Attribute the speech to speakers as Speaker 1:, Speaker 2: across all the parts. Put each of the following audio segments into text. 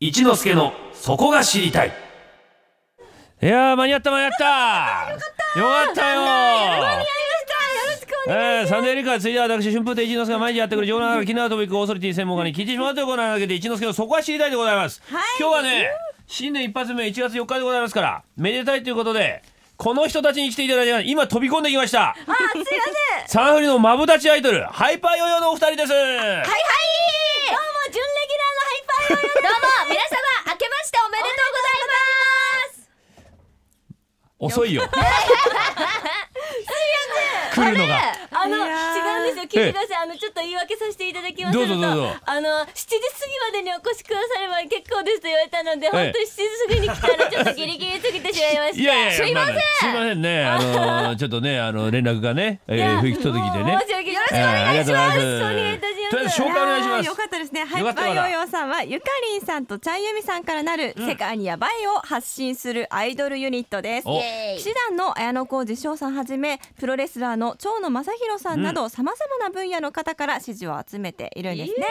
Speaker 1: 一之助のそこが知りたいいやー間に合った間に合ったよかったよえー、サンデーリカーついでは私春風亭一之輔が毎日やってくる情報ながら気になるトピックをオーソリティ専門家に聞いてしまうというコーナーなわけで一之輔のそこは知りたいでございます、
Speaker 2: はい
Speaker 1: 今日はね新年一発目1月4日でございますからめでたいということでこの人たちに来ていただいて今飛び込んできました
Speaker 2: あーすいません
Speaker 1: サンフリのマブダチアイドルハイパーヨーヨーのお二人です
Speaker 2: はいはいどうも準レギュラーのハイパーヨーヨーどうも皆様明けましておめ
Speaker 1: 遅
Speaker 2: でとうございます
Speaker 1: いよ来るのが
Speaker 2: あの
Speaker 3: いやー
Speaker 2: 違うんですよ聞いてくださいあのちょっと言い訳させていただきます
Speaker 1: どうぞどうぞ
Speaker 2: あの7時過ぎまでにお越しくだされば結構ですと言われたので本当に7時過ぎに来たらちょっとギリギリ過ぎてしまいました
Speaker 1: いやいやいや
Speaker 2: すいません
Speaker 1: ああすいませんねあのーちょっとねあの連絡がね、えー、不行き届きでね
Speaker 2: もう申し訳ない
Speaker 1: えーありがとうございます
Speaker 2: お願いいたし
Speaker 1: とりあえ
Speaker 2: ま
Speaker 1: ず
Speaker 2: す
Speaker 1: 紹介お願いし
Speaker 3: あ
Speaker 1: ま
Speaker 3: ー
Speaker 1: す
Speaker 3: よかったですね。ハイ
Speaker 1: よか
Speaker 3: パ
Speaker 1: ったか
Speaker 3: ー
Speaker 1: な
Speaker 3: ヨーヨーさんはゆかりんさんとちゃんゆみさんからなる世界にやばいを発信するアイドルユニットです。
Speaker 1: お
Speaker 2: イエーイ
Speaker 3: 師団の綾野浩二翔さんはじめプロレスラーの長野正弘さんなどさまざまな分野の方から支持を集めているんですね。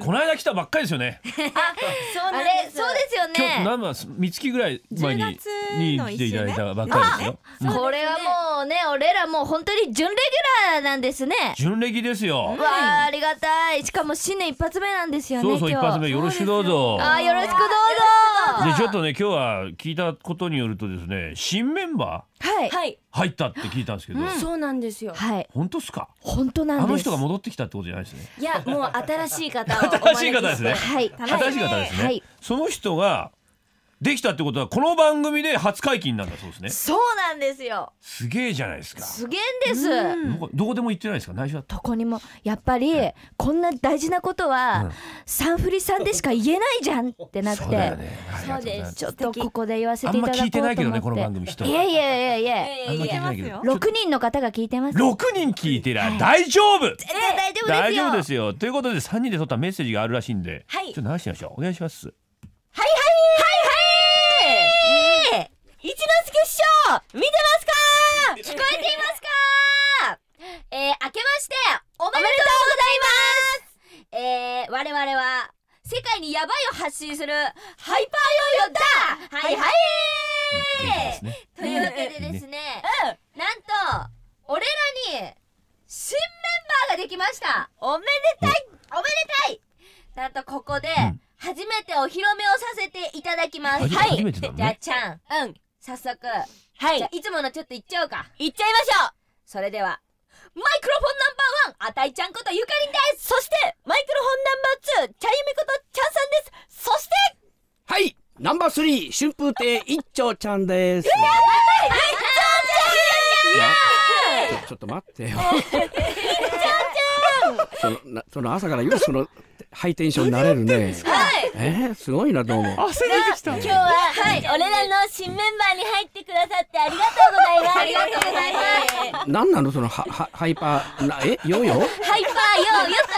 Speaker 1: この間来たばっかりですよね
Speaker 2: そうなんですそうですよ
Speaker 1: 今日
Speaker 2: ね
Speaker 1: 何番三月ぐらい前に
Speaker 3: 10月
Speaker 1: に
Speaker 3: の
Speaker 1: 来ていただいたばっ
Speaker 3: 一
Speaker 1: かりですようん
Speaker 2: これはもうね俺らもう本当に準レギュラーなんですね
Speaker 1: 純歴ですよ
Speaker 2: わあありがたいしかも新年一発目なんですよね
Speaker 1: そうそう一
Speaker 2: 今
Speaker 1: 発目
Speaker 2: 日
Speaker 1: よろしくどうぞ
Speaker 2: あーよろしくどうぞ
Speaker 1: でちょっとね今日は聞いたことによるとですね新メンバ
Speaker 2: はい
Speaker 3: はい。
Speaker 1: ー入ったって聞いたんですけど、
Speaker 3: そうなんですよ。
Speaker 2: はい
Speaker 1: 本当っすか
Speaker 2: 本当なん
Speaker 1: あ
Speaker 2: です
Speaker 1: の人が戻ってきたってことじゃないですね
Speaker 2: いやもう新しい方を
Speaker 1: 新しい方ですね
Speaker 2: お招きしてはい
Speaker 1: 新しい方ですね、
Speaker 2: はい
Speaker 1: その人ができたってことはこの番組で初解禁なんだそうですね
Speaker 2: そうなんですよ
Speaker 1: すげえじゃないですか
Speaker 2: すげえんです
Speaker 1: どこどこでも行ってないですか内緒だった
Speaker 2: どこにもやっぱりこんな大事なことはサンフリさんでしか言えないじゃんってなっ
Speaker 1: そうだよ
Speaker 2: て
Speaker 1: ね
Speaker 2: そうで
Speaker 1: ありがとございます
Speaker 2: ちょっとここで言わせ
Speaker 1: あ
Speaker 2: て
Speaker 1: ん
Speaker 2: い
Speaker 1: ま
Speaker 2: ただこ
Speaker 1: 聞
Speaker 2: う
Speaker 1: い
Speaker 2: と
Speaker 1: て
Speaker 2: 思
Speaker 1: な
Speaker 2: っ
Speaker 1: い
Speaker 2: て
Speaker 1: けどねこの番組人
Speaker 2: いやいやいやいや
Speaker 1: あんま聞いてないけ
Speaker 3: いや
Speaker 1: ど
Speaker 3: い
Speaker 2: 六人の方が聞いてます
Speaker 1: 6人聞いてりゃ大丈夫
Speaker 2: 大丈
Speaker 1: 大丈夫ですよということで3人で撮ったメッセージがあるらしいんで、
Speaker 2: はい
Speaker 1: ちょっと流してみましょうお願いします
Speaker 2: はいはい一之輔師匠見てますか聞こえていますかえー、明けましておめでとうございますえー、我々は世界にヤバいを発信するハイパーヨーヨーだはいはい
Speaker 1: ですね
Speaker 2: というわけでですね、なんと俺らに新メンバーができましたおめでたいおめでたいなんとここで
Speaker 1: ん
Speaker 2: 初めてお披露目をさせていただきます、
Speaker 1: 初
Speaker 2: はい
Speaker 1: 初めてなのね
Speaker 2: じゃあちゃん
Speaker 4: うん。
Speaker 2: 早速
Speaker 4: はい。
Speaker 2: じゃあ
Speaker 4: 行っ
Speaker 2: いつものちょっと言っちゃおうか
Speaker 4: ちゃいましょう
Speaker 2: それではマイクロフォンナンバーワンあたいちゃんことゆかりんです
Speaker 4: そして、マイクロフォンナンバー2、チャイミことチャンさんですそして、
Speaker 5: はい、ナンバースリー春風亭一丁ちゃんです。ちょちょっと待ってよ。そのなその朝からよくそのハイテンションになれるね。
Speaker 2: はい
Speaker 5: えー、すごいなどうも。
Speaker 4: 今日は、俺らの新メンバーに入ってくださってありがとうございます。。
Speaker 2: ありがとうございます
Speaker 5: なんなのそのハハハイパーなえヨーヨ
Speaker 2: ハイ
Speaker 5: ー
Speaker 2: パーヨーヨーと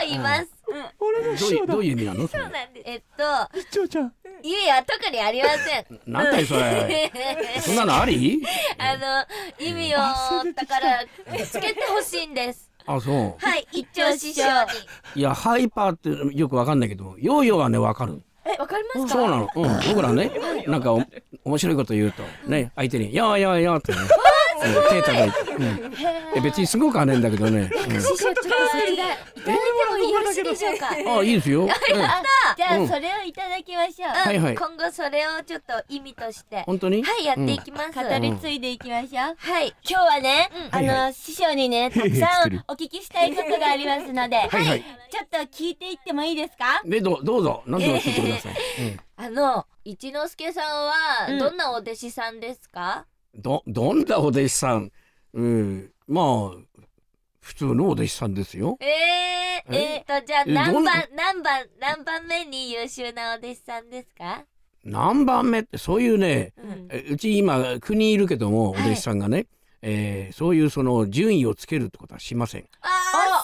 Speaker 2: 言います、
Speaker 5: どういうどういう意味なのそれ。
Speaker 2: えっと一丁ちゃん意味は特にありません
Speaker 5: なんだいそれ。そんなのあり？
Speaker 2: あの意味をだからつけてほしいんです。
Speaker 5: あそ
Speaker 2: はい、一丁師匠に。
Speaker 5: う。いやハイパーってよくわかんないけどヨーヨーはねわかる。
Speaker 2: え、わかります
Speaker 5: そうなの。うん。僕らね、なんかお面白いこと言うと、ね、相手に、よーよーよーってね、うん手叩いて。うんえ別にすごくはねえんだけどね。
Speaker 2: 師匠、ちょっとそちら、いただいてもよろしいでしょうか。
Speaker 5: うんあ、いいですよ。うん
Speaker 4: じゃあ、
Speaker 5: うん
Speaker 4: それをいただきましょう。
Speaker 5: はいは
Speaker 2: うん、
Speaker 5: い
Speaker 2: 今後それをちょっと意味として。は
Speaker 5: 本当に
Speaker 2: い、やっていきます。
Speaker 4: 語り継いでいきましょう。
Speaker 2: はい。
Speaker 4: 今日はね、あ
Speaker 5: はいは
Speaker 4: の、師匠にね、たくさんお聞きしたいことがありますので、
Speaker 5: はいはい
Speaker 4: ちょっと聞いていってもいいですか
Speaker 5: うんで、どうどうぞ、何でも聞いてください。
Speaker 2: あの、一之輔さん
Speaker 4: う
Speaker 2: は、
Speaker 4: ん
Speaker 2: どんなお弟子さんですか、
Speaker 5: うんど、どんなお弟子さんうん、まあ、普通のお弟子さんですよ。
Speaker 2: えー、
Speaker 5: え
Speaker 2: えー、と、じゃあ、
Speaker 5: えどんな
Speaker 2: 何番、何番、何番目に優秀なお弟子さんですか
Speaker 5: 何番目って、そういうね、
Speaker 2: うん。
Speaker 5: えうち今、国いるけども、お弟子さんがね、えーそういうその順位をつけるってことはしません。
Speaker 2: あ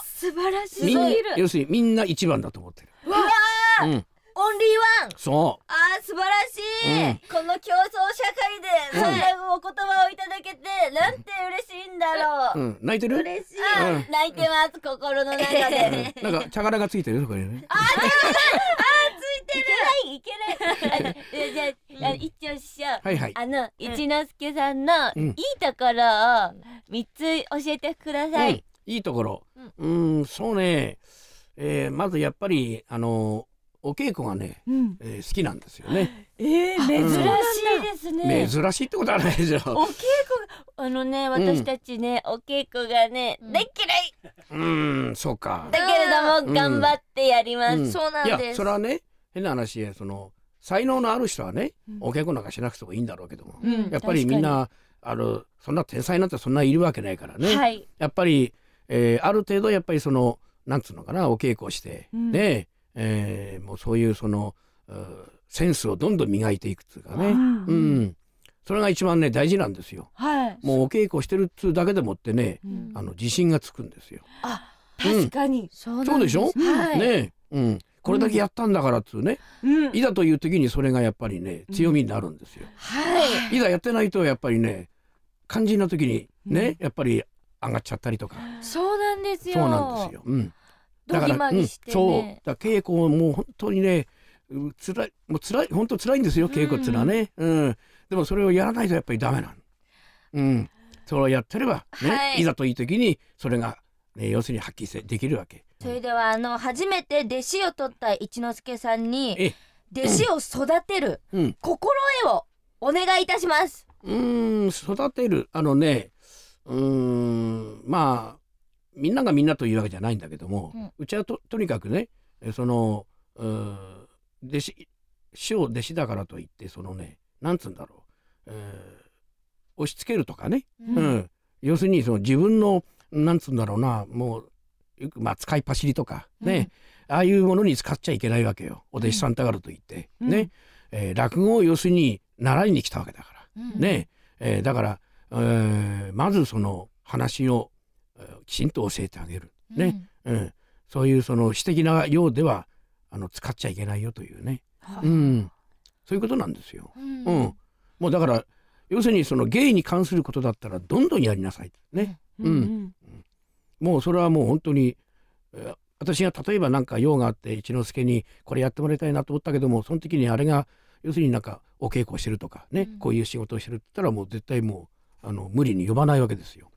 Speaker 2: ー、素晴らしすぎ
Speaker 5: みんな
Speaker 2: る。
Speaker 5: 要するにみんな一番だと思ってる。
Speaker 2: わあ、
Speaker 5: うん、
Speaker 2: オンリーワン
Speaker 5: そ
Speaker 2: あー素晴らしい、
Speaker 5: うん
Speaker 2: この競争社会でそんなお言葉をいただけて、なんて嬉しいんだろ
Speaker 5: う、
Speaker 2: う、
Speaker 5: うん、泣いてる？
Speaker 2: 嬉しい、
Speaker 5: うん
Speaker 4: 泣いてます、心の中で。
Speaker 5: なんか茶殻がついてるそこにね。
Speaker 4: いけない、いけない。えじゃああ一応師匠
Speaker 5: はいはい
Speaker 4: あの一之輔さんの
Speaker 5: うん
Speaker 4: いいところを三つ教えてください。
Speaker 5: うん、いいところ。うーん、そうね。えーまずやっぱり、あの、お稽古がね、
Speaker 3: うん、
Speaker 5: えー好きなんですよね。
Speaker 3: えー、珍
Speaker 4: 珍
Speaker 3: し
Speaker 4: し
Speaker 3: い
Speaker 5: うん
Speaker 4: いですね。
Speaker 5: 珍しいってことはないでし
Speaker 4: お
Speaker 5: ょ。
Speaker 4: 稽古があのね
Speaker 5: ん
Speaker 4: 私たちね、お稽古がね
Speaker 2: ん
Speaker 4: 大嫌いう
Speaker 5: ーん、そうか。
Speaker 4: だけれども、
Speaker 5: うん
Speaker 4: 頑張ってやります、
Speaker 5: うん
Speaker 4: そうなん
Speaker 5: いや
Speaker 4: です
Speaker 5: それはね変な話でその才能のある人はね、お稽古なんかしなくてもいいんだろうけども、
Speaker 4: うん
Speaker 5: やっぱりみんなあのそんな天才なんてそんないるわけないからね、
Speaker 4: はい
Speaker 5: やっぱり、えーある程度やっぱりそのなんつうのかなお稽古をして、
Speaker 3: うん
Speaker 5: ねえーもうそういうそのうーセンスをどんどん磨いていくっていうかね、
Speaker 3: うん
Speaker 5: うん、それが一番ね大事なんですよ。
Speaker 4: はい
Speaker 5: もうお稽古してるっつうだけでもってね
Speaker 3: うん
Speaker 5: あの自信がつくんですよ。
Speaker 4: 確かに、
Speaker 2: そう
Speaker 5: そうでしょ、
Speaker 4: はい
Speaker 5: ねえ、うん、これだけやったんだからっつうね、
Speaker 4: うん
Speaker 5: いざという時にそれがやっぱりね強みになるんですよ。
Speaker 4: はい
Speaker 5: いざやってないとやっぱりね肝心な時にね、やっぱり上がっちゃったりとか
Speaker 4: そうなんです
Speaker 5: そうなんですよ。うん、
Speaker 4: ドギマ
Speaker 5: うん
Speaker 4: ギ
Speaker 5: そ
Speaker 4: して
Speaker 5: う
Speaker 4: ね、
Speaker 5: だから稽古もう本当にねう辛いもう辛い本当辛いんですよ稽古っつうのはね、うんでもそれをやらないとやっぱりダメなの。うん、それをやってれば、ね
Speaker 4: はい
Speaker 5: い、ざという時にそれが、ね、要するに発揮せできるわけ。
Speaker 2: それではあの初めて弟子を取った一之輔さん
Speaker 5: え
Speaker 2: に
Speaker 5: え
Speaker 2: 弟子を育てる
Speaker 5: うん
Speaker 2: 心得をお願いいたします。
Speaker 5: うーん育てるあのねうーんまあみんながみんなというわけじゃないんだけども、
Speaker 2: う
Speaker 5: うんちはととにかくねえそのうーん弟子師匠弟子だからといってそのねなんつうんだろう、えー押し付けるとかね、
Speaker 2: う
Speaker 5: うん要するにその自分のなんつうんだろうなもうよくまあ使いっ走りとかね、ああいうものに使っちゃいけないわけよお弟子さんだからといって、
Speaker 3: うん
Speaker 5: ね、えー落語を要するに習いに来たわけだから。
Speaker 2: うん
Speaker 5: ねえーだから、えーまずその話を、えーきちんと教えてあげる、ねうん、そういうその私的なようではあの使っちゃいけないよというね、うん、そういうことなんですよ。
Speaker 2: うん
Speaker 5: うんもうだから要するにその芸に関することだったらどんどんやりなさいね、
Speaker 3: うんうん
Speaker 5: もうそれはもう本当に、えー私が例えばなんか用があって一之輔にこれやってもらいたいなと思ったけどもその時にあれが要するになんかお稽古をしてるとかね、こういう仕事をしてるって言ったらもう絶対もうあの無理に呼ばないわけですよ。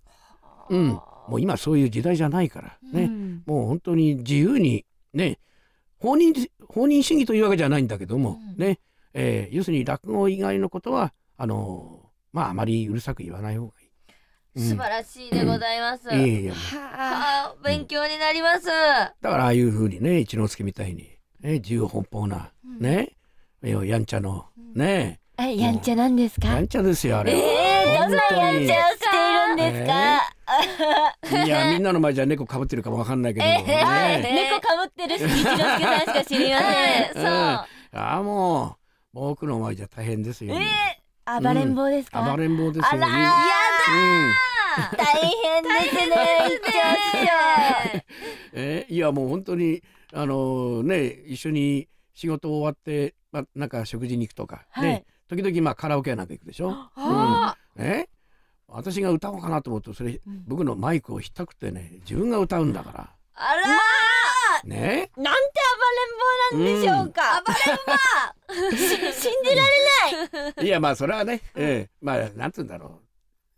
Speaker 5: うん、もう今そういう時代じゃないからね、
Speaker 3: うん
Speaker 5: もう本当に自由にね放任放任主義というわけじゃないんだけども、ね、えー要するに落語以外のことはあのまああまりうるさく言わない方がいい。うん
Speaker 4: 素晴らしいでございます、
Speaker 5: いやいや
Speaker 4: はあ勉強になります、
Speaker 5: だからああいうふうにね一之輔みたいに、ね、自由奔放な、ね要はやんちゃのね
Speaker 4: あやんちゃなんです
Speaker 5: や
Speaker 4: か
Speaker 5: んちゃですよあれは。
Speaker 4: えー、どんな
Speaker 5: 本当
Speaker 4: や
Speaker 5: に
Speaker 4: んちゃをしているんですか、
Speaker 5: いやみんなの前じゃ猫かぶってるかもわかんな いけども、ね
Speaker 4: 猫かぶってるし一之輔さんしか知りません
Speaker 5: うんああもう僕の前じゃ大変ですよ、もう
Speaker 4: え暴れん坊ですか、
Speaker 5: 暴れん坊ですよ
Speaker 4: あらー
Speaker 5: みんなうん
Speaker 4: 大変ですね一之
Speaker 5: えーいやもう本当にあのね一緒に仕事終わって、まあ、なんか食事に行くとか、
Speaker 4: はい
Speaker 5: ね時々まあカラオケやなんか行くでしょ。
Speaker 4: あ
Speaker 5: うんね私が歌おうかなと思うとそれ、僕のマイクをひったくってね自分が歌うんだか
Speaker 4: あらー
Speaker 5: らね
Speaker 4: なんて暴れん坊なんでしょうか、暴れん坊 信じられ
Speaker 5: いやまあそれはね、ええまあなんて言うんだろう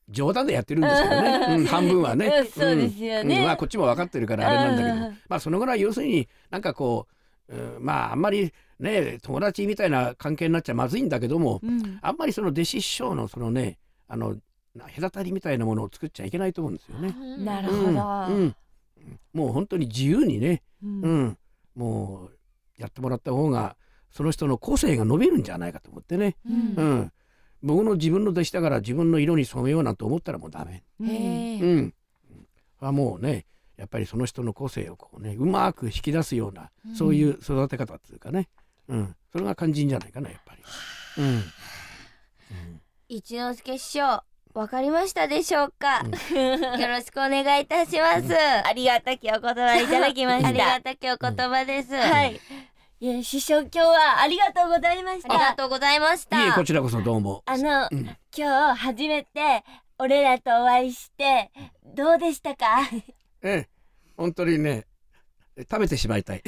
Speaker 5: 冗談でやってるんですけどね、うん半分はね、
Speaker 4: うんそうですよね
Speaker 5: うんまあこっちも分かってるからあれなんだけど、
Speaker 4: うん
Speaker 5: まあそのぐらい要するになんかこう、うんまああんまりね友達みたいな関係になっちゃまずいんだけども、
Speaker 3: うん
Speaker 5: あんまりその弟子師匠のそのねあのな隔たりみたいなものを作っちゃいけないと思うんですよね。
Speaker 4: なる
Speaker 5: うんうんもう本当に自由にね、うんもうやってもらった方がその人の個性が伸びるんじゃないかと思ってね、
Speaker 3: うん
Speaker 5: うん、僕の自分の弟子だから自分の色に染めようなんて思ったらもうダメ、
Speaker 3: うん
Speaker 5: うんはもうねやっぱりその人の個性をこうねうまく引き出すような、そういう育て方っていうかね、うん、それが肝心じゃないかなやっぱり。うん
Speaker 2: 一之輔師匠わかりましたでしょうか。よろしくお願いいたします。
Speaker 4: ありがたきお言葉いただきました
Speaker 2: ありがたきお言葉です。
Speaker 4: は
Speaker 2: あ
Speaker 4: いいや師匠今日はありがとうございまし
Speaker 2: りが
Speaker 4: た
Speaker 2: とうございまし
Speaker 5: いえ
Speaker 2: た
Speaker 5: こ。ちらこそどうも。
Speaker 4: あの、
Speaker 5: うん
Speaker 4: 今日初めて俺らとお会いしてどうでしたか
Speaker 5: ええ、本当にね、食べてしまいたい。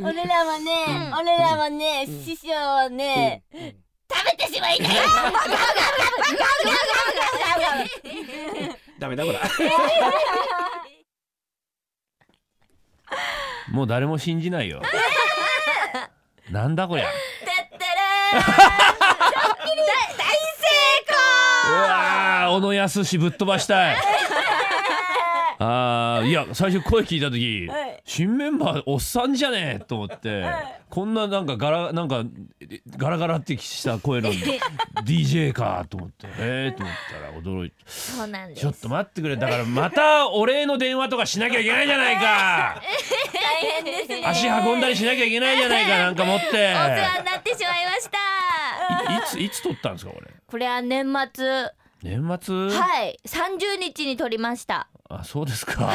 Speaker 4: 俺らはね、俺らはね、師匠はね、食べてしまいたい
Speaker 5: ダメだこれ。
Speaker 1: もう誰も信じない よなんだこりゃうわー小野康ぶっ飛ば したいあーいや最初声聞いた時、新メンバーおっさんじゃねえと思って、こんななんかガラなんかえガラガラってした声 の DJ かと思ってええと思ったら驚いて
Speaker 2: そうなんです
Speaker 1: ちょっと待ってくれだからまたお礼の電話とかしなきゃいけないじゃない か
Speaker 2: 大変ですね
Speaker 1: 足運んだりしなきゃいけないじゃないかなんか持っ
Speaker 2: お
Speaker 1: て
Speaker 2: 世話になってしまいました
Speaker 1: いいついつ撮ったんですかこれ
Speaker 2: これは年末
Speaker 1: 年末、
Speaker 2: はい30日に撮りました
Speaker 1: あそうですか、
Speaker 2: は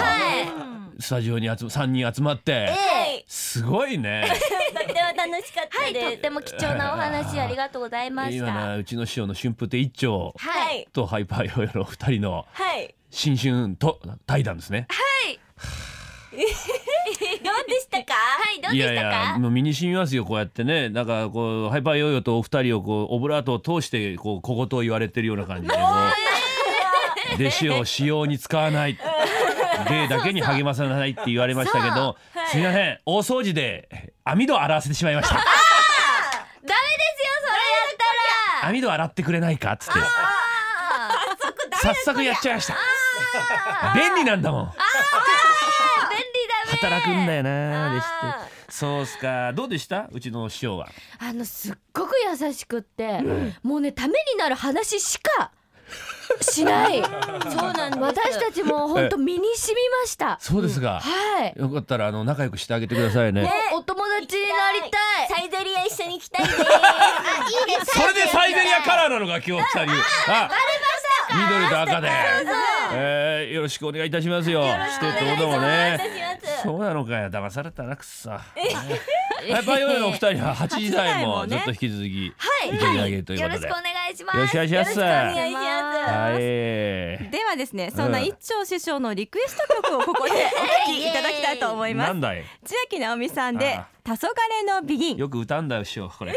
Speaker 2: い
Speaker 1: スタジオに集ま3人集まって
Speaker 4: はい、
Speaker 1: すごい ね
Speaker 4: とっても楽しかった
Speaker 2: はい
Speaker 4: です。
Speaker 2: とっても貴重なお話ありがとうございまし
Speaker 1: 今
Speaker 2: た
Speaker 1: なうちの師匠の春風亭一丁
Speaker 2: は
Speaker 4: はいい、
Speaker 1: とハイパーヨーヨーの2人の
Speaker 4: はい、
Speaker 1: 新春と対談ですね
Speaker 4: どうでしたか？
Speaker 2: はいどう
Speaker 1: い
Speaker 2: で
Speaker 1: や
Speaker 2: し
Speaker 1: い
Speaker 2: たか
Speaker 1: やもう身に染みますよこうやってねなんかこうハイパーヨーヨーとお二人をこうオブラートを通してこう小言を言われてるような感じでも う弟子を使用に使わない芸だけに励まさないって言われましたけどすみません大掃除で網戸を洗わせてしまいました
Speaker 2: ダメですよそれやったら
Speaker 1: 網戸洗ってくれないかっつって早速やっちゃいました便利なんだもん
Speaker 2: あ便利だね
Speaker 1: 働くんだよなでしてそうっすかどうでしたうちの師匠は
Speaker 2: あのすっごく優しくって、もうねためになる話しかしない。そうなんです。私たちも本当身に染みました。
Speaker 1: そうですが、
Speaker 2: はい。
Speaker 1: よかったらあの仲良くしてあげてくださいね
Speaker 2: お友達になりたい。
Speaker 4: サイゼリア一緒に来た いです。
Speaker 1: それでサイゼリアカラーなのか今日来たりあ緑と赤で、えー、よろしくお願いいたしますよしてってこともねそうなのかよ騙されたなくっさハイパーヨーヨーのお二人は8時台もずっと引き続き
Speaker 2: はい。
Speaker 1: いていただけるという
Speaker 2: よ
Speaker 1: こ
Speaker 2: ろ
Speaker 1: とで、
Speaker 2: しくお願いしま
Speaker 1: よろしく
Speaker 2: す。
Speaker 1: お願いします
Speaker 4: お願いします。
Speaker 1: はい
Speaker 3: ではですね、そんな一丁師匠のリクエスト曲をここでお聴きいただきたいと思いま
Speaker 1: な
Speaker 3: す
Speaker 1: ん。だい
Speaker 3: 千秋直美さんで
Speaker 1: あ
Speaker 3: 「黄昏のビギン」。
Speaker 2: Oh,
Speaker 1: よく歌うんだよ師匠これ